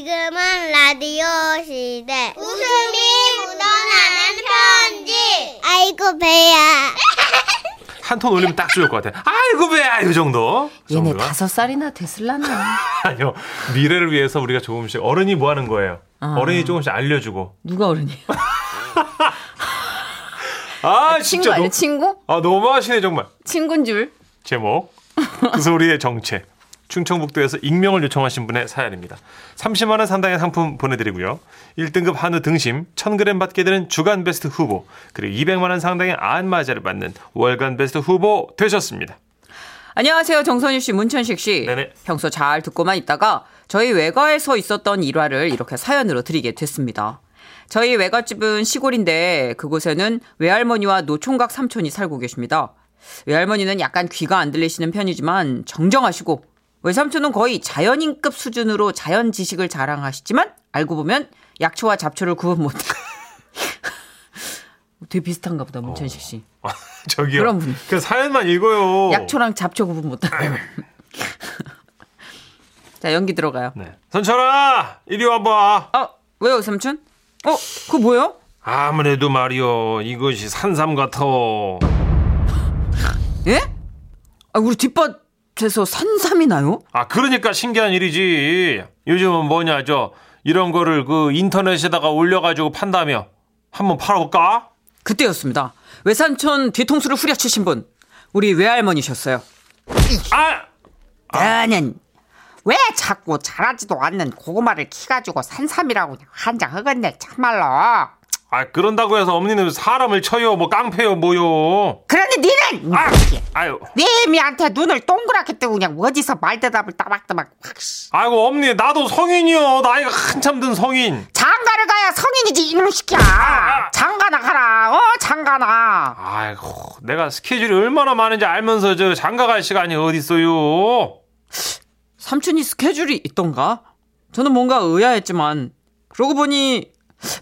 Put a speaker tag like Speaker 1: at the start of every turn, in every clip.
Speaker 1: 지금은 라디오 시대.
Speaker 2: 웃음이 묻어나는 편지.
Speaker 1: 아이고, 배야.
Speaker 3: 한 톤 올리면 딱 좋을 것 같아. 아이고 배야 이 정도. 그
Speaker 4: 얘네
Speaker 3: 정도가.
Speaker 4: 다섯 살이나 됐을라나.
Speaker 3: 아니요 미래를 위해서 우리가 조금씩 어른이 뭐 하는 거예요.
Speaker 4: 아.
Speaker 3: 어른이 조금씩 알려주고.
Speaker 4: 누가 어른이야?
Speaker 3: 아
Speaker 4: 친구
Speaker 3: 진짜
Speaker 4: 아니야?
Speaker 3: 너무
Speaker 4: 친구?
Speaker 3: 아 너무하시네 정말.
Speaker 4: 친구인 줄.
Speaker 3: 제목 그 소리의 정체 충청북도에서 익명을 요청하신 분의 사연입니다. 30만 원 상당의 상품 보내드리고요. 1등급 한우 등심 1,000g 받게 되는 주간 베스트 후보 그리고 200만 원 상당의 안마자를 받는 월간 베스트 후보 되셨습니다.
Speaker 4: 안녕하세요. 정선희 씨, 문천식 씨.
Speaker 3: 네네.
Speaker 4: 평소 잘 듣고만 있다가 저희 외가에서 있었던 일화를 이렇게 사연으로 드리게 됐습니다. 저희 외갓집은 시골인데 그곳에는 외할머니와 노총각 삼촌이 살고 계십니다. 외할머니는 약간 귀가 안 들리시는 편이지만 정정하시고 외삼촌은 거의 자연인급 수준으로 자연 지식을 자랑하시지만 알고 보면 약초와 잡초를 구분 못. 되게 비슷한가 보다 문천식 씨.
Speaker 3: 아, 저기요.
Speaker 4: 그런 분.
Speaker 3: 그 사연만 읽어요.
Speaker 4: 약초랑 잡초 구분 못하고 자 연기 들어가요.
Speaker 3: 네. 선철아 이리 와봐.
Speaker 4: 어 왜요 삼촌? 어 그거 뭐예요?
Speaker 3: 아무래도 말이요 이것이 산삼 같아.
Speaker 4: 예? 아 우리 뒷밭에서 산삼이 나요?
Speaker 3: 아 그러니까 신기한 일이지. 요즘은 뭐냐 저 이런 거를 그 인터넷에다가 올려가지고 판다며 한번 팔아볼까?
Speaker 4: 그때였습니다. 외삼촌 뒤통수를 후려치신 분 우리 외할머니셨어요.
Speaker 3: 아
Speaker 4: 나는 왜 자꾸 자라지도 않는 고구마를 키가지고 산삼이라고 한장 흑은데 참말로.
Speaker 3: 아 그런다고 해서 어머니는 사람을 쳐요 뭐 깡패요 뭐요
Speaker 4: 그런데 니는
Speaker 3: 아 아유
Speaker 4: 애미한테 눈을 동그랗게 뜨고 그냥 어디서 말대답을 따박따박 확
Speaker 3: 아이고 어머니 나도 성인이요 나이가 한참 든 성인
Speaker 4: 장가를 가야 성인이지 이놈 시키야 아! 장가나 가라 어 장가나
Speaker 3: 아이고 내가 스케줄이 얼마나 많은지 알면서 저 장가갈 시간이 어딨어요
Speaker 4: 삼촌이 스케줄이 있던가 저는 뭔가 의아했지만 그러고 보니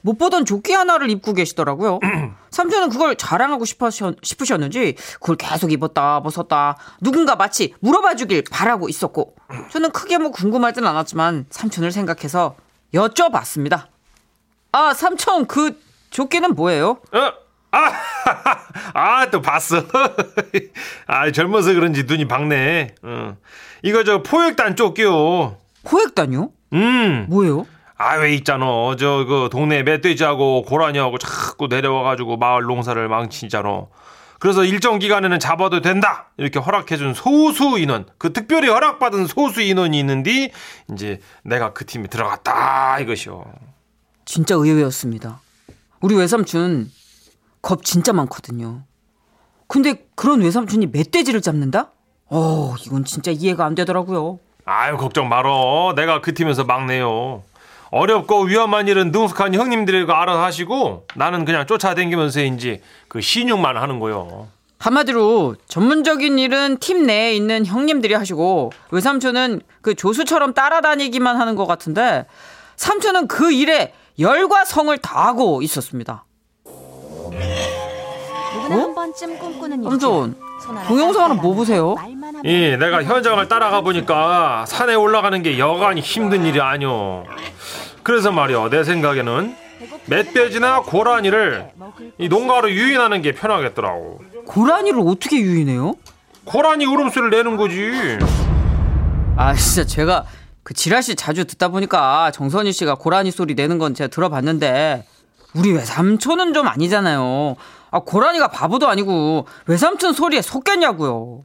Speaker 4: 못 보던 조끼 하나를 입고 계시더라고요 삼촌은 그걸 자랑하고 싶으셨, 싶으셨는지 그걸 계속 입었다 벗었다 누군가 마치 물어봐 주길 바라고 있었고 저는 크게 뭐 궁금하진 않았지만 삼촌을 생각해서 여쭤봤습니다 아 삼촌 그 조끼는 뭐예요?
Speaker 3: 어? 아 또 봤어 아 젊어서 그런지 눈이 박네 응. 이거 저 포획단 쫓기요
Speaker 4: 포획단요?
Speaker 3: 음
Speaker 4: 뭐예요?
Speaker 3: 아 왜 있잖아 저 그 동네 멧돼지하고 고라니하고 자꾸 내려와가지고 마을 농사를 망치잖아 그래서 일정 기간에는 잡아도 된다 이렇게 허락해준 소수 인원 그 특별히 허락받은 소수 인원이 있는데 이제 내가 그 팀에 들어갔다 이것이요
Speaker 4: 진짜 의외였습니다. 우리 외삼촌 겁 진짜 많거든요. 근데 그런 외삼촌이 멧돼지를 잡는다? 어, 이건 진짜 이해가 안 되더라고요.
Speaker 3: 아유 걱정 말어 내가 그 팀에서 막내요 어렵고 위험한 일은 능숙한 형님들이 알아서 하시고 나는 그냥 쫓아다니면서 이제 그 신용만 하는 거요
Speaker 4: 한마디로 전문적인 일은 팀 내에 있는 형님들이 하시고 외삼촌은 그 조수처럼 따라다니기만 하는 것 같은데 삼촌은 그 일에 열과 성을 다하고 있었습니다. 어?
Speaker 5: 누구나 한 번쯤 꿈꾸는 일이죠.
Speaker 4: 삼촌
Speaker 5: 손 하나
Speaker 4: 동영상으로
Speaker 5: 딱
Speaker 4: 뭐 보세요?
Speaker 5: 말만 하면
Speaker 3: 예, 내가 현장을 따라가 보니까 산에 올라가는 게 여간히 힘든 일이 아니오. 그래서 말이야, 내 생각에는 멧돼지나 고라니를 이 농가로 유인하는 게 편하겠더라고.
Speaker 4: 고라니를 어떻게 유인해요?
Speaker 3: 고라니 울음소리를 내는 거지.
Speaker 4: 아 진짜 제가 그 지라 씨 자주 듣다 보니까 아, 정선희 씨가 고라니 소리 내는 건 제가 들어봤는데 우리 외삼촌은 좀 아니잖아요. 아 고라니가 바보도 아니고 외삼촌 소리에 속겠냐고요.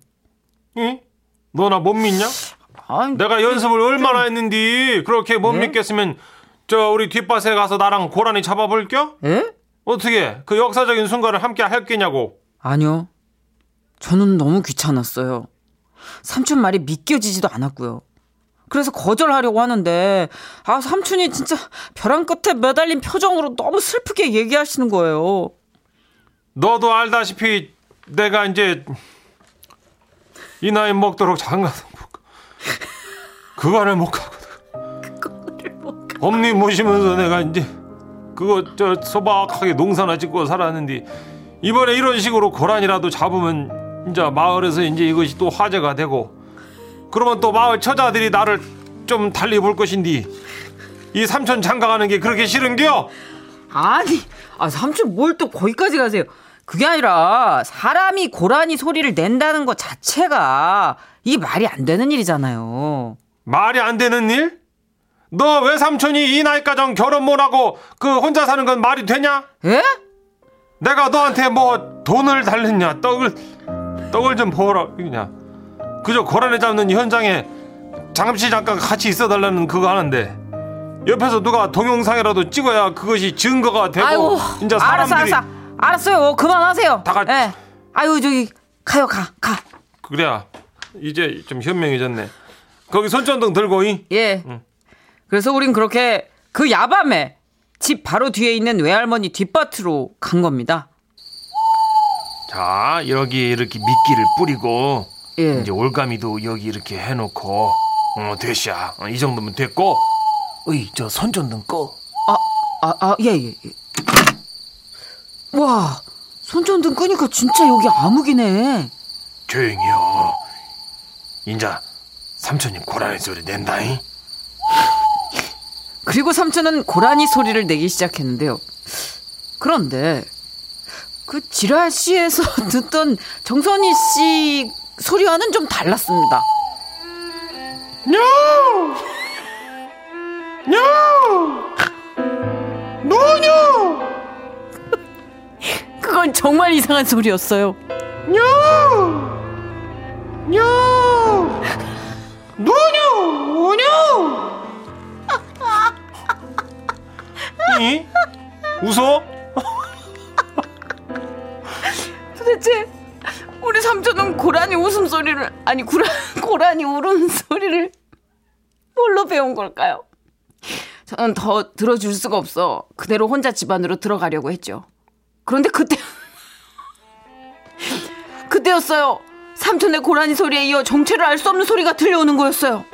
Speaker 3: 응? 너 나 못 믿냐?
Speaker 4: 아
Speaker 3: 내가 연습을 얼마나 했는데 그렇게 못 믿겠으면 저 우리 뒷밭에 가서 나랑 고라니 잡아볼 겨?
Speaker 4: 에?
Speaker 3: 어떻게 그 역사적인 순간을 함께 할 게냐고.
Speaker 4: 아니요. 저는 너무 귀찮았어요. 삼촌 말이 믿겨지지도 않았고요. 그래서 거절하려고 하는데 아 삼촌이 진짜 벼랑 끝에 매달린 표정으로 너무 슬프게 얘기하시는 거예요.
Speaker 3: 너도 알다시피 내가 이제 이 나이 먹도록 장가도 못 가고 그거를 못 가거든. 엄니 모시면서 내가 이제 그거 저 소박하게 농사나 짓고 살았는데 이번에 이런 식으로 고란이라도 잡으면 이제 마을에서 이제 이것이 또 화제가 되고 그러면 또 마을 처자들이 나를 좀 달리 볼 것인데 이 삼촌 장가가는 게 그렇게 싫은겨?
Speaker 4: 아니, 아, 삼촌 뭘 또 거기까지 가세요? 그게 아니라 사람이 고라니 소리를 낸다는 것 자체가 이게 말이 안 되는 일이잖아요.
Speaker 3: 말이 안 되는 일? 너 외삼촌이 이 나이까정 결혼 못하고 그 혼자 사는 건 말이 되냐?
Speaker 4: 예?
Speaker 3: 내가 너한테 뭐 돈을 달랬냐? 떡을 떡을 좀 보라 그냥 그저 고라니 잡는 이 현장에 잠시 잠깐 같이 있어달라는 그거 하는데 옆에서 누가 동영상이라도 찍어야 그것이 증거가 되고
Speaker 4: 아이고,
Speaker 3: 이제
Speaker 4: 알았어,
Speaker 3: 사람들이
Speaker 4: 알았어, 알았어요. 그만하세요.
Speaker 3: 다 같이-
Speaker 4: 예. 아유, 저기 가요, 가, 가.
Speaker 3: 그래야 이제 좀 현명해졌네. 거기 손전등 들고 이
Speaker 4: 예. 그래서 우린 그렇게 그 야밤에 집 바로 뒤에 있는 외할머니 뒷밭으로 간 겁니다.
Speaker 3: 자 여기 이렇게 미끼를 뿌리고
Speaker 4: 예.
Speaker 3: 이제 올가미도 여기 이렇게 해놓고 어 됐샤 어, 이 정도면 됐고 어이 저 손전등 꺼
Speaker 4: 아, 아, 아, 예, 예. 예. 와, 손전등 끄니까 진짜 여기 암흑이네.
Speaker 3: 조용히요 인자 삼촌님 고라니 소리 낸다잉
Speaker 4: 그리고 삼촌은 고라니 소리를 내기 시작했는데요. 그런데 그 지라 씨에서 듣던 정선희 씨 소리와는 좀 달랐습니다. 그건 정말 이상한 소리였어요.
Speaker 3: 이? 웃어?
Speaker 4: 도대체 우리 삼촌은 고라니 웃음소리를 아니 고라, 고라니 울음소리를 뭘로 배운 걸까요? 저는 더 들어줄 수가 없어 그대로 혼자 집 안으로 들어가려고 했죠 그런데 그때 그때였어요 삼촌의 고라니 소리에 이어 정체를 알 수 없는 소리가 들려오는 거였어요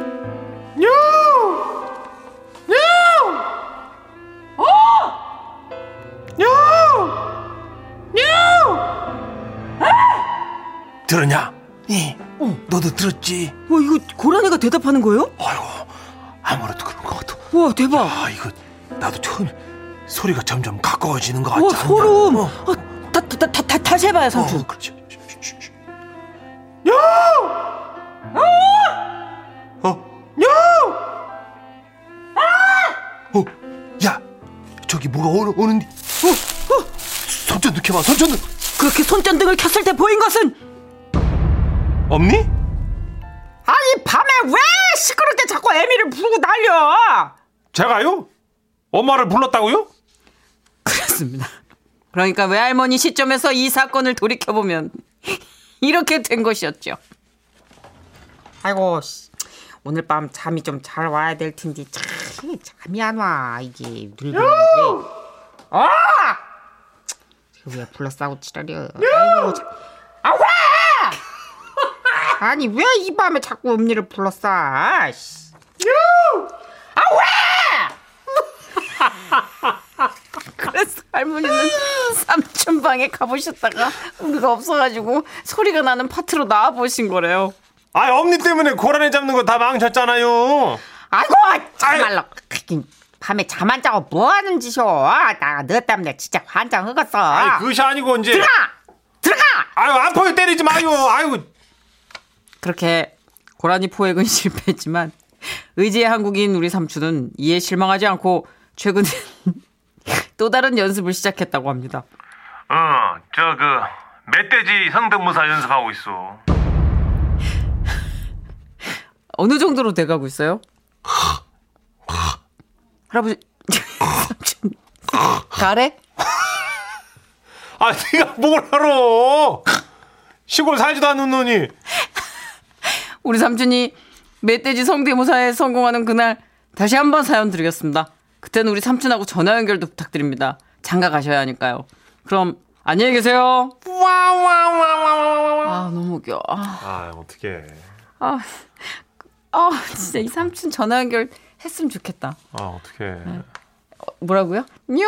Speaker 3: 들었냐? 이 예. 너도 들었지?
Speaker 4: 와 이거 고라니가 대답하는 거예요?
Speaker 3: 아이고 아무래도 그런 것 같아
Speaker 4: 와 대박
Speaker 3: 아 이거 나도 처음 소리가 점점 가까워지는 것
Speaker 4: 와
Speaker 3: 같지 않냐?
Speaker 4: 소름
Speaker 3: 어.
Speaker 4: 아, 다, 다, 다, 다, 다시 해봐요 삼촌
Speaker 3: 어, 그렇지. 쉬, 쉬, 쉬. 야! 어? 야! 어? 야! 저기 뭐가 오는, 오는데? 어? 어? 손전 늑혀봐, 손전 늑
Speaker 4: 그렇게 손전등을 켰을 때 보인 것은
Speaker 3: 없니?
Speaker 4: 아니 밤에 왜 시끄럽게 자꾸 애미를 부르고 날려?
Speaker 3: 제가요? 엄마를 불렀다고요?
Speaker 4: 그렇습니다. 그러니까 외할머니 시점에서 이 사건을 돌이켜 보면 이렇게 된 것이었죠.
Speaker 6: 아이고 씨. 오늘 밤 잠이 좀 잘 와야 될 텐데 참 잠이 안 와 이게 늙은 게. 아! 지금 왜 불러싸고 치라려? 아이고, 자- 아 와! 아니 왜 이 밤에 자꾸 음니를 불러싸? 아, 씨. 아,
Speaker 4: 그래서 할머니는 삼촌 방에 가보셨다가 우리가 없어가지고 소리가 나는 파트로 나와 보신 거래요.
Speaker 3: 아, 엄니 때문에 고라니 잡는 거 다 망쳤잖아요.
Speaker 6: 아이고 참말로 하긴 밤에 잠 안 자고 뭐 하는 짓이오? 아, 나너 때문에 진짜 환장 흑었어.
Speaker 3: 아이, 그것이 아니고 이제.
Speaker 6: 들어가, 들어가.
Speaker 3: 아유, 안포에 때리지 마요. 아유,
Speaker 4: 그렇게 고라니 포획은 실패했지만 의지의 한국인 우리 삼촌은 이에 실망하지 않고 최근엔 또 다른 연습을 시작했다고 합니다.
Speaker 7: 어, 저 그 멧돼지 성대모사 연습하고 있어.
Speaker 4: 어느 정도로 돼가고 있어요? 할아버지 삼촌. 가래?
Speaker 3: 아, 네가 뭘 알아? 시골 살지도 않는 놈이.
Speaker 4: 우리 삼촌이 멧돼지 성대모사에 성공하는 그날 다시 한번 사연 드리겠습니다. 그때는 우리 삼촌하고 전화 연결도 부탁드립니다. 장가 가셔야 하니까요. 그럼 안녕히 계세요. 아 너무 웃겨. 아,
Speaker 3: 아, 어떻게?
Speaker 4: 아, 아 진짜 이 삼촌 전화 연결 했으면 좋겠다.
Speaker 3: 아, 어떻게?
Speaker 4: 뭐라고요? 뇨.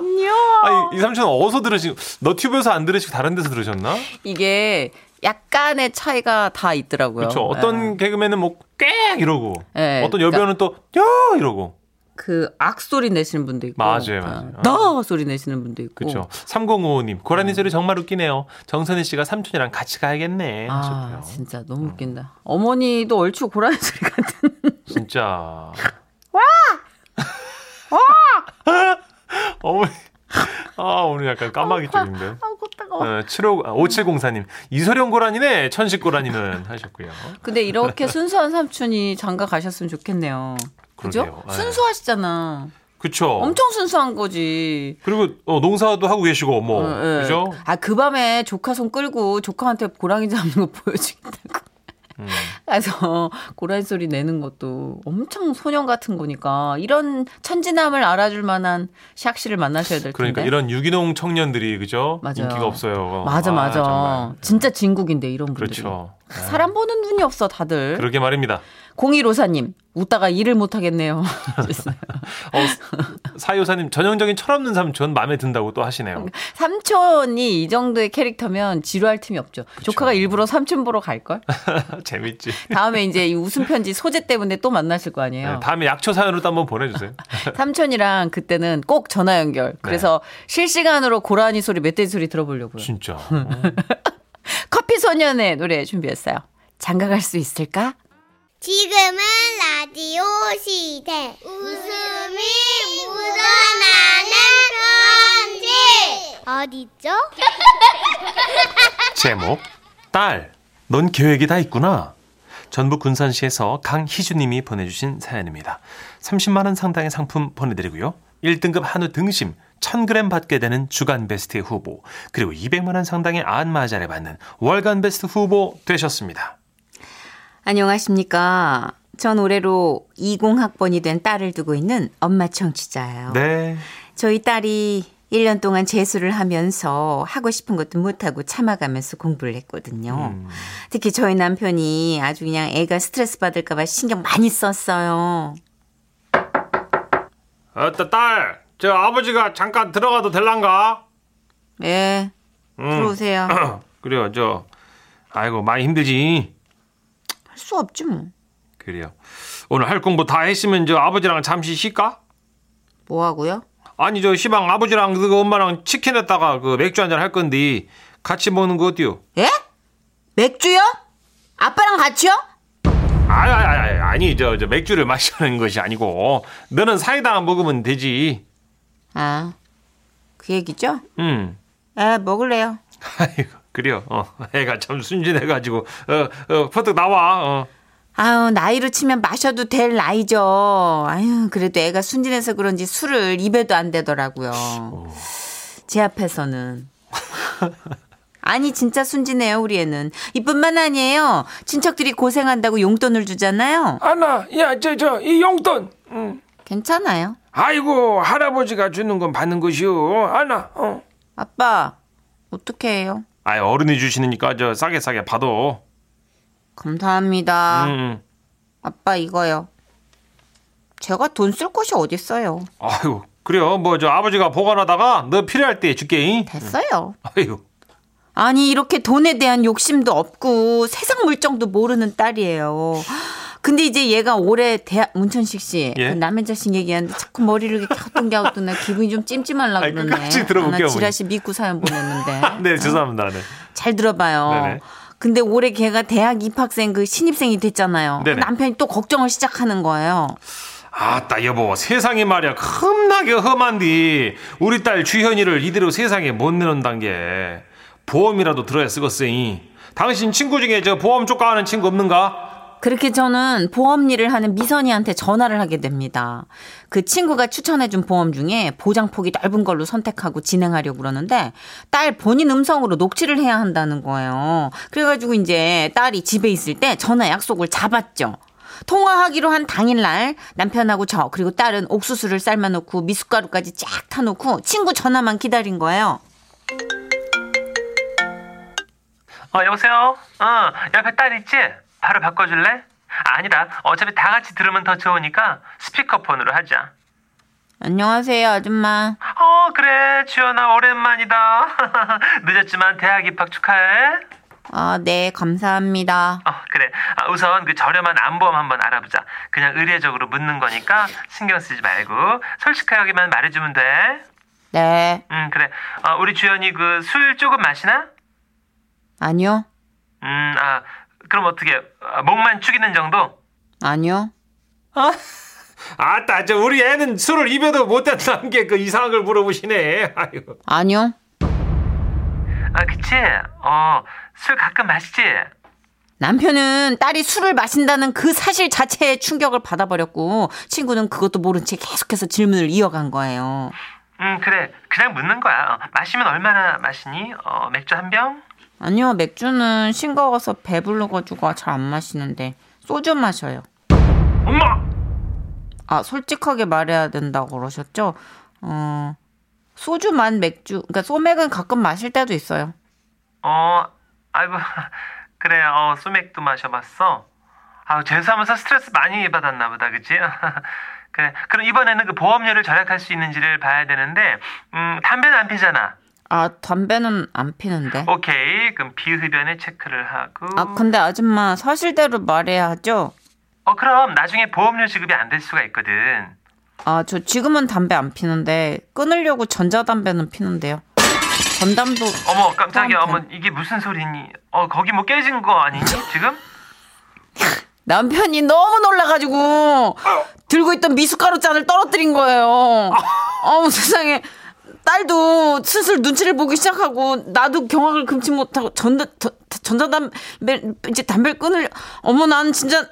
Speaker 4: 뇨.
Speaker 3: 아이 삼촌 어디서 들으신? 너튜브에서 안 들으시고 다른 데서 들으셨나?
Speaker 4: 이게 약간의 차이가 다 있더라고요. 네.
Speaker 3: 그렇죠. 어떤 개그맨은 뭐 꽥 이러고
Speaker 4: 예,
Speaker 3: 어떤 여배우는 또야 이러고
Speaker 4: 그악 소리 내시는 분도 있고
Speaker 3: 맞아요, 맞아요.
Speaker 4: 어, 너 소리 내시는 분도 있고
Speaker 3: 그렇죠. 3055님 고라니 소리 정말 웃기네요. 정선희 씨가 삼촌이랑 같이 가야겠네.
Speaker 4: 아
Speaker 3: 하셨고요.
Speaker 4: 진짜 너무
Speaker 3: 음.
Speaker 4: 웃긴다. 어머니도 얼추 고라니 소리 같은.
Speaker 3: 진짜. 와! 와!
Speaker 4: 어!
Speaker 3: 어머니. 아, 오늘 약간 까마귀 쪽인데. 어, 75, 아, 5704님. 이소룡 고라니네, 천식 고라니는 하셨고요.
Speaker 4: 근데 이렇게 순수한 삼촌이 장가 가셨으면 좋겠네요. 그죠?
Speaker 3: 그러게요. 예.
Speaker 4: 순수하시잖아.
Speaker 3: 그쵸.
Speaker 4: 엄청 순수한 거지.
Speaker 3: 그리고 어, 농사도 하고 계시고, 뭐.
Speaker 4: 어, 예.
Speaker 3: 그죠?
Speaker 4: 아, 그 밤에 조카 손 끌고 조카한테 고랑이 잡는 거 보여주겠다고.
Speaker 3: 음.
Speaker 4: 그래서 고라니 소리 내는 것도 엄청 소년 같은 거니까 이런 천진함을 알아줄 만한 샥시를 만나셔야 될 텐데.
Speaker 3: 그러니까 이런 유기농 청년들이, 그죠?
Speaker 4: 맞아요.
Speaker 3: 인기가 없어요.
Speaker 4: 맞아
Speaker 3: 아,
Speaker 4: 맞아.
Speaker 3: 정말.
Speaker 4: 진짜 진국인데 이런 분들.
Speaker 3: 그렇죠.
Speaker 4: 사람 보는 눈이 없어 다들.
Speaker 3: 그러게 말입니다.
Speaker 4: 공일오사님 웃다가 일을 못 하겠네요. 하셨어요.
Speaker 3: 어, 사요사님, 전형적인 철없는 삼촌 마음에 든다고 또 하시네요.
Speaker 4: 삼촌이 이 정도의 캐릭터면 지루할 틈이 없죠. 조카가 일부러 삼촌 보러 갈 걸.
Speaker 3: 재밌지.
Speaker 4: 다음에 이제 이 웃음 편지 소재 때문에 또 만나실 거 아니에요.
Speaker 3: 네, 다음에 약초 사연으로 또 한번 보내주세요.
Speaker 4: 삼촌이랑 그때는 꼭 전화 연결.
Speaker 3: 네.
Speaker 4: 그래서 실시간으로 고라니 소리, 멧돼지 소리 들어보려고요.
Speaker 3: 진짜.
Speaker 4: 커피 소년의 노래 준비했어요. 장가갈 수 있을까?
Speaker 1: 지금은 라디오 시대. 웃음이 묻어나는 편지. 어디죠?
Speaker 3: 제목 딸, 넌 계획이 다 있구나. 전북 군산시에서 강희주님이 보내주신 사연입니다. 30만 원 상당의 상품 보내드리고요. 1등급 한우 등심 1000g 받게 되는 주간 베스트 후보 그리고 200만 원 상당의 안마자를 받는 월간 베스트 후보 되셨습니다.
Speaker 5: 안녕하십니까. 전 올해로 20학번이 된 딸을 두고 있는 엄마
Speaker 6: 어.
Speaker 5: 청취자예요.
Speaker 3: 네.
Speaker 5: 저희 딸이 1년 동안 재수를 하면서 하고 싶은 것도 못하고 참아가면서 공부를 했거든요. 특히 저희 남편이 아주 그냥 애가 스트레스 받을까봐 신경 많이 썼어요.
Speaker 7: 아따 어, 딸, 저 아버지가 잠깐 들어가도 될란가?
Speaker 5: 예, 들어오세요. 할 수
Speaker 3: 그래요. 저 아이고 많이 힘들지.
Speaker 5: 없지 뭐.
Speaker 3: 그래요. 오늘 할 공부 다 했으면 저 아버지랑 잠시 쉴까?
Speaker 5: 뭐 하고요?
Speaker 3: 아니 저 시방 아버지랑 그 엄마랑 치킨 했다가 그 맥주 한잔 할 건데 같이 먹는 거 어때요?
Speaker 5: 예? 맥주요? 아빠랑 같이요?
Speaker 3: 아니 아니 아니, 아니 저, 저 맥주를 마시는 것이 아니고 너는 사이다 먹으면 되지.
Speaker 5: 아, 그 얘기죠?
Speaker 3: 음.
Speaker 5: 예, 먹을래요.
Speaker 3: 아이고 그래요. 어, 애가 참 순진해가지고 어, 어, 퍼뜩 나와. 어.
Speaker 5: 아유, 나이로 치면 마셔도 될 나이죠. 아유, 그래도 애가 순진해서 그런지 술을 입에도 안 대더라고요. 제 앞에서는. 아니, 진짜 순진해요, 우리 애는. 이뿐만 아니에요. 친척들이 고생한다고 용돈을 주잖아요.
Speaker 8: 아나, 야, 저, 저, 이 용돈.
Speaker 5: 괜찮아요.
Speaker 8: 아이고, 할아버지가 주는 건 받는 것이오. 아나, 어.
Speaker 5: 아빠, 어떻게 해요?
Speaker 3: 아이 어른이 주시니까 저 싸게 싸게 받아.
Speaker 5: 감사합니다.
Speaker 3: 음.
Speaker 5: 아빠, 이거요. 제가 돈 쓸 곳이 어딨어요.
Speaker 3: 아이고 그래요. 뭐 저 아버지가 보관하다가 너 필요할 때 줄게.
Speaker 5: 됐어요.
Speaker 3: 아이고
Speaker 5: 아니 이렇게 돈에 대한 욕심도 없고 세상 물정도 모르는 딸이에요. 근데 이제 얘가 올해 대학 문천식 씨
Speaker 3: 예?
Speaker 5: 그 남의 자식 얘기하는데 자꾸 머리를 이렇게 갸우뚱갸우뚱해 기분이 좀 찜찜하려고
Speaker 3: 아이,
Speaker 5: 그러네.
Speaker 3: 끝까지 들어볼게요,
Speaker 5: 아, 나 지라시 믿고 사연 보냈는데
Speaker 3: 네 죄송합니다. 네.
Speaker 5: 잘 들어봐요.
Speaker 3: 네네.
Speaker 5: 근데 올해 걔가 대학 입학생 그 신입생이 됐잖아요.
Speaker 3: 네네.
Speaker 5: 남편이 또 걱정을 시작하는 거예요.
Speaker 3: 아따 여보 세상이 말이야 겁나게 험한디 우리 딸 주현이를 이대로 세상에 못 내놓는단 게 보험이라도 들어야 쓰겄으니 당신 친구 중에 저 보험 쪽가하는 친구 없는가?
Speaker 5: 그렇게 저는 보험 일을 하는 미선이한테 전화를 하게 됩니다. 그 친구가 추천해준 보험 중에 보장폭이 넓은 걸로 선택하고 진행하려고 그러는데 딸 본인 음성으로 녹취를 해야 한다는 거예요. 그래가지고 이제 딸이 집에 있을 때 전화 약속을 잡았죠. 통화하기로 한 당일날 남편하고 저 그리고 딸은 옥수수를 삶아놓고 미숫가루까지 쫙 타놓고 친구 전화만 기다린 거예요.
Speaker 7: 어, 여보세요? 어, 옆에 딸 있지? 바로 바꿔줄래? 아니다. 어차피 다 같이 들으면 더 좋으니까 스피커폰으로 하자.
Speaker 5: 안녕하세요 아줌마.
Speaker 7: 어, 그래. 주연아, 오랜만이다. 늦었지만 대학 입학 축하해.
Speaker 4: 아, 네, 감사합니다.
Speaker 7: 어, 그래. 아, 우선 그 저렴한 안보험 한번 알아보자. 그냥 의례적으로 묻는 거니까 신경 쓰지 말고 솔직하게만 말해주면 돼.
Speaker 4: 네,
Speaker 7: 음, 그래. 아, 우리 주연이 그 술 조금 마시나?
Speaker 4: 아니요,
Speaker 7: 음, 아, 그럼 어떻게 아, 목만 축이는 정도?
Speaker 4: 아니요.
Speaker 3: 아따, 저 우리 애는 술을 입에도 못한다는 게 그 이상한 걸 물어보시네. 아유.
Speaker 4: 아니요,
Speaker 7: 아, 그치? 어, 술 가끔 마시지?
Speaker 4: 남편은 딸이 술을 마신다는 그 사실 자체에 충격을 받아버렸고 친구는 그것도 모른 채 계속해서 질문을 이어간 거예요.
Speaker 7: 음, 그래. 그냥 묻는 거야. 어, 마시면 얼마나 마시니? 어, 맥주 한 병?
Speaker 4: 아니요, 맥주는 싱거워서 배불러가지고 잘 안 마시는데 소주 마셔요.
Speaker 7: 엄마!
Speaker 4: 아, 솔직하게 말해야 된다고 그러셨죠? 어, 소주만 맥주, 그러니까 소맥은 가끔 마실 때도 있어요.
Speaker 7: 어, 아이고, 그래, 어, 소맥도 마셔봤어. 아, 재수하면서 스트레스 많이 받았나 보다, 그치? 그래, 그럼 이번에는 그 보험료를 절약할 수 있는지를 봐야 되는데, 음, 담배는 안 피잖아.
Speaker 4: 아, 담배는 안 피는데.
Speaker 7: 오케이, 그럼 비흡연에 체크를 하고.
Speaker 4: 아, 근데 아줌마 사실대로 말해야 하죠?
Speaker 7: 어, 그럼 나중에 보험료 지급이 안 될 수가 있거든.
Speaker 4: 아, 저 지금은 담배 안 피는데 끊으려고 전자담배는 피는데요. 전담도
Speaker 7: 어머, 깜짝이야,
Speaker 4: 사람한테.
Speaker 7: 어머, 이게 무슨 소리니? 어, 거기 뭐 깨진 거 아니니, 지금?
Speaker 4: 남편이 너무 놀라가지고 들고 있던 미숫가루 잔을 떨어뜨린 거예요. 어머 세상에 딸도 슬슬 눈치를 보기 시작하고 나도 경악을 금치 못하고 전자 전- 전자담배 이제 담배 를 끊을 어머 난 진짜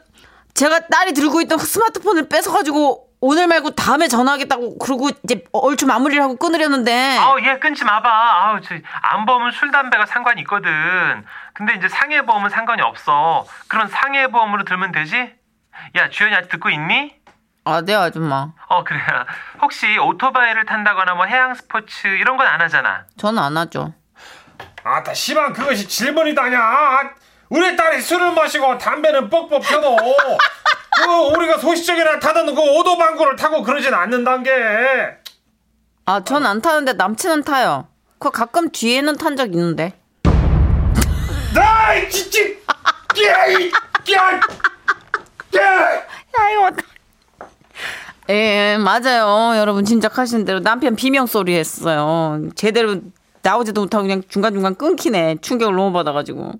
Speaker 4: 제가 딸이 들고 있던 스마트폰을 뺏어가지고 오늘 말고 다음에 전화하겠다고 그러고 이제 얼추 마무리를 하고 끊으려는데
Speaker 7: 아우 어, 얘 끊지 마봐. 아우 저안 보험은 술 담배가 상관이 있거든. 근데 이제 상해 보험은 상관이 없어. 그럼 상해 보험으로 들면 되지? 야 주연이 아직 듣고 있니?
Speaker 4: 아 네 아줌마
Speaker 7: 어 그래. 혹시 오토바이를 탄다거나 뭐 해양 스포츠 이런 건 안 하잖아.
Speaker 4: 저는 안 하죠.
Speaker 5: 아따 시방 그것이 질문이다냐 아, 우리 딸이 술을 마시고 담배는 뻑뻑 펴도 그 우리가 소시적이나 타던 그 오도방구를 타고 그러진 않는단 게
Speaker 4: 아, 전 안 타는데 남친은 타요. 그 가끔 뒤에는 탄 적 있는데.
Speaker 5: 나이 진짜 깨이 깨이
Speaker 4: 예, 예, 맞아요. 여러분 짐작하신 대로 남편 비명 소리 했어요. 제대로 나오지도 못하고 그냥 중간중간 끊기네. 충격을 너무 받아가지고.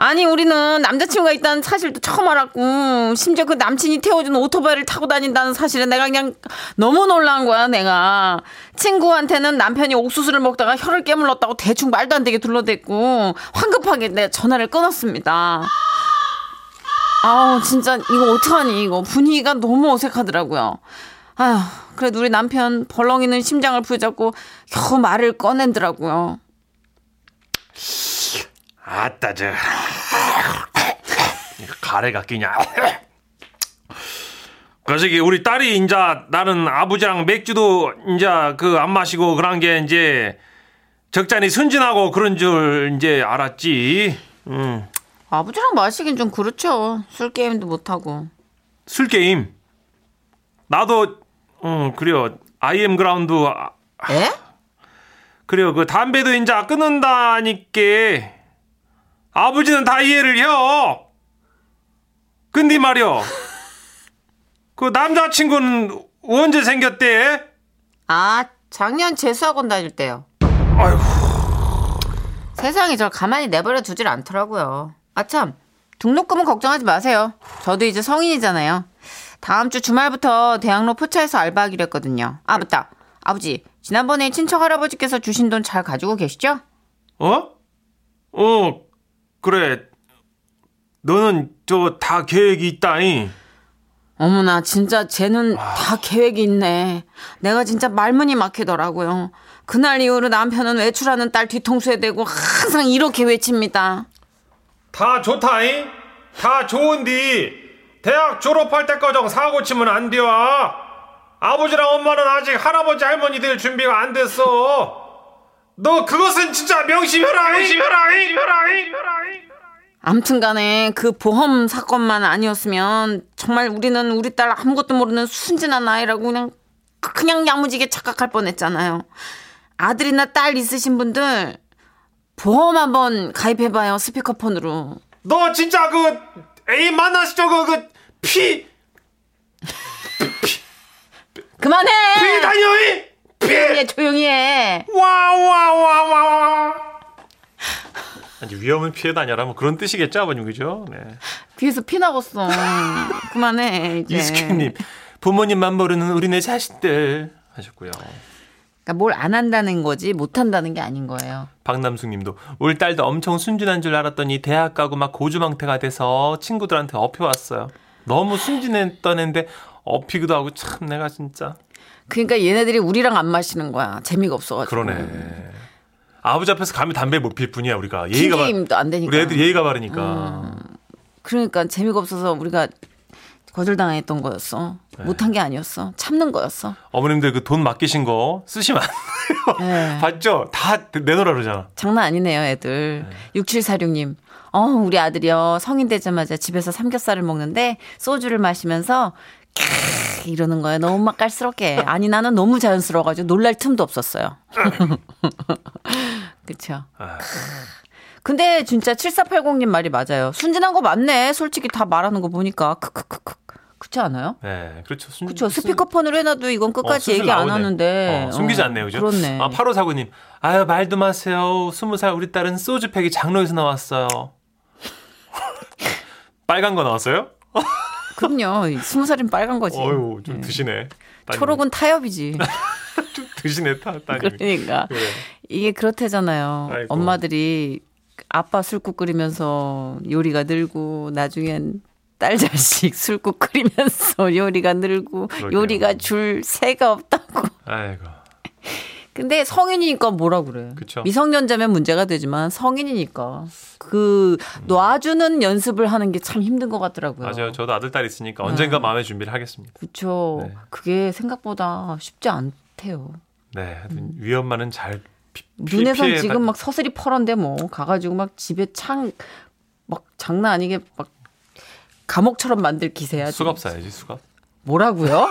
Speaker 4: 아니, 우리는 남자친구가 있다는 사실도 처음 알았고, 심지어 그 남친이 태워준 오토바이를 타고 다닌다는 사실에 내가 그냥 너무 놀란 거야, 내가. 친구한테는 남편이 옥수수를 먹다가 혀를 깨물렀다고 대충 말도 안 되게 둘러댔고, 황급하게 내가 전화를 끊었습니다. 아우 진짜 이거 어떡하니 이거 분위기가 너무 어색하더라고요. 아휴 그래도 우리 남편 벌렁이는 심장을 부여잡고 겨우 말을 꺼낸더라고요.
Speaker 3: 아따, 저. 가래가 끼냐. 그래서 이게 우리 딸이 인자 나는 아버지랑 맥주도 인자 그 안 마시고 그런 게 이제 적잖이 순진하고 그런 줄 이제 알았지. 음.
Speaker 4: 아버지랑 마시긴 좀 그렇죠. 술 게임도 못 하고.
Speaker 3: 술 게임. 나도 음 그래요. 아이엠 그라운드 아,
Speaker 5: 예?
Speaker 4: 에?
Speaker 3: 그래요. 그 담배도 이제 끊는다니까. 아버지는 다 이해를 해요. 근데 말이요. 그 남자친구는 언제 생겼대?
Speaker 4: 아 작년 재수학원 다닐 때요.
Speaker 3: 아이고.
Speaker 4: 세상이 저 가만히 내버려 두질 않더라고요. 아참 등록금은 걱정하지 마세요. 저도 이제 성인이잖아요. 다음 주 주말부터 대학로 포차에서 알바하기로 했거든요. 아 맞다. 아버지 지난번에 친척 할아버지께서 주신 돈 잘 가지고 계시죠?
Speaker 3: 어? 어, 그래. 너는 저 다 계획이 있다잉.
Speaker 4: 어머나 진짜 쟤는 다 계획이 있네. 내가 진짜 말문이 막히더라고요. 그날 이후로 남편은 외출하는 딸 뒤통수에 대고 항상 이렇게 외칩니다.
Speaker 5: 다 좋다잉 다 좋은디 대학 졸업할 때까정 사고 치면 안 돼요 아버지랑 엄마는 아직 할아버지 할머니 될 준비가 안 됐어 너 그것은 진짜 명심해라 명심해라 명심해라
Speaker 4: 암튼 간에 그 보험 사건만 아니었으면 정말 우리는 우리 딸 아무것도 모르는 순진한 아이라고 그냥 그냥 야무지게 착각할 뻔했잖아요. 아들이나 딸 있으신 분들 보험 한번 가입해봐요 스피커폰으로.
Speaker 5: 너 진짜 그 A 마이너스 저거 그피
Speaker 4: 그만해.
Speaker 5: 비다녀이
Speaker 4: 조용히 해, 조용히 해.
Speaker 5: 피와와와와
Speaker 3: 아니 위험은 피해 다녀라면 뭐 그런 뜻이겠죠 아버님 그죠? 네.
Speaker 4: 귀에서 피 나갔어. 그만해
Speaker 3: 네.
Speaker 4: 이제.
Speaker 3: 이스큐님 부모님만 모르는 우리네 자식들 하셨고요.
Speaker 4: 그러니까 뭘 안 한다는 거지 못 한다는 게 아닌 거예요.
Speaker 3: 박남숙님도 우리 딸도 엄청 순진한 줄 알았더니 대학 가고 막 고주망태가 돼서 친구들한테 업혀왔어요. 너무 순진했던 애인데 업히기도 하고 참 내가 진짜
Speaker 4: 그러니까 얘네들이 우리랑 안 마시는 거야. 재미가 없어가지고.
Speaker 3: 그러네. 아버지 앞에서 감히 담배 못 필 뿐이야 우리가 예의가 바...
Speaker 4: 핑계임도 안 되니까. 음.
Speaker 3: 우리 애들 예의가 바르니까
Speaker 4: 그러니까 재미가 없어서 우리가 거절당했던 거였어. 못한 게 아니었어. 참는 거였어.
Speaker 3: 어머님들 그 돈 맡기신 거 쓰시면 안 돼요.
Speaker 4: 네.
Speaker 3: 봤죠? 다 내놓으라 그러잖아.
Speaker 4: 장난 아니네요, 애들. 6746님. 어, 우리 아들이요. 성인 되자마자 집에서 삼겹살을 먹는데 소주를 마시면서 캬 이러는 거예요. 너무 맛깔스럽게. 아니, 나는 너무 자연스러워가지고 놀랄 틈도 없었어요. 그쵸.
Speaker 3: 아.
Speaker 4: 근데 진짜 7480님 말이 맞아요. 순진한 거 맞네. 솔직히 다 말하는 거 보니까. 크크크크. 그렇지 않아요?
Speaker 3: 네, 그렇죠. 순-
Speaker 4: 그렇죠. 스피커폰으로 해놔도 이건 끝까지
Speaker 3: 어,
Speaker 4: 얘기
Speaker 3: 슬슬
Speaker 4: 안
Speaker 3: 나오네.
Speaker 4: 하는데.
Speaker 3: 어, 숨기지
Speaker 4: 어,
Speaker 3: 않네요, 그죠?
Speaker 4: 그렇네.
Speaker 3: 아, 8호 사구님, 아유 말도 마세요. 스무 살 우리 딸은 소주팩이 장로에서 나왔어요. 빨간 거 나왔어요?
Speaker 4: 그럼요. 스무 살이면 빨간 거지.
Speaker 3: 어유 좀 드시네. 따님이.
Speaker 4: 초록은 타협이지.
Speaker 3: 좀 드시네 타 따님이. 네.
Speaker 4: 그러니까
Speaker 3: 그래요.
Speaker 4: 이게 그렇대잖아요.
Speaker 3: 아이고.
Speaker 4: 엄마들이 아빠 술국 끓이면서 요리가 늘고 나중엔 딸 자식 술국 끓이면서 요리가 늘고
Speaker 3: 그러게요.
Speaker 4: 요리가 줄 새가 없다고.
Speaker 3: 아이고.
Speaker 4: 근데 성인이니까 뭐라 그래.
Speaker 3: 그쵸.
Speaker 4: 미성년자면 문제가 되지만 성인이니까 그 놔주는 연습을 하는 게 참 힘든 것 같더라고요.
Speaker 3: 맞아요. 저도 아들 딸 있으니까 언젠가 마음의 준비를 하겠습니다.
Speaker 4: 그렇죠.
Speaker 3: 네.
Speaker 4: 그게 생각보다 쉽지 않대요.
Speaker 3: 네, 하여튼 위험만은 잘 피, 피,
Speaker 4: 음. 눈에선
Speaker 3: 피해
Speaker 4: 지금 막 서슬이 퍼런데 뭐 가가지고 막 집에 창 막 장난 아니게 막 감옥처럼 만들 기세야. 지금.
Speaker 3: 수갑 사야지 수갑.
Speaker 4: 뭐라고요?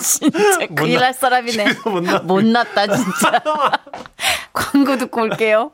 Speaker 4: 진짜
Speaker 3: 못
Speaker 4: 큰일
Speaker 3: 나-
Speaker 4: 날 사람이네.
Speaker 3: 못 나-
Speaker 4: 못 났다 진짜. 광고 듣고 올게요.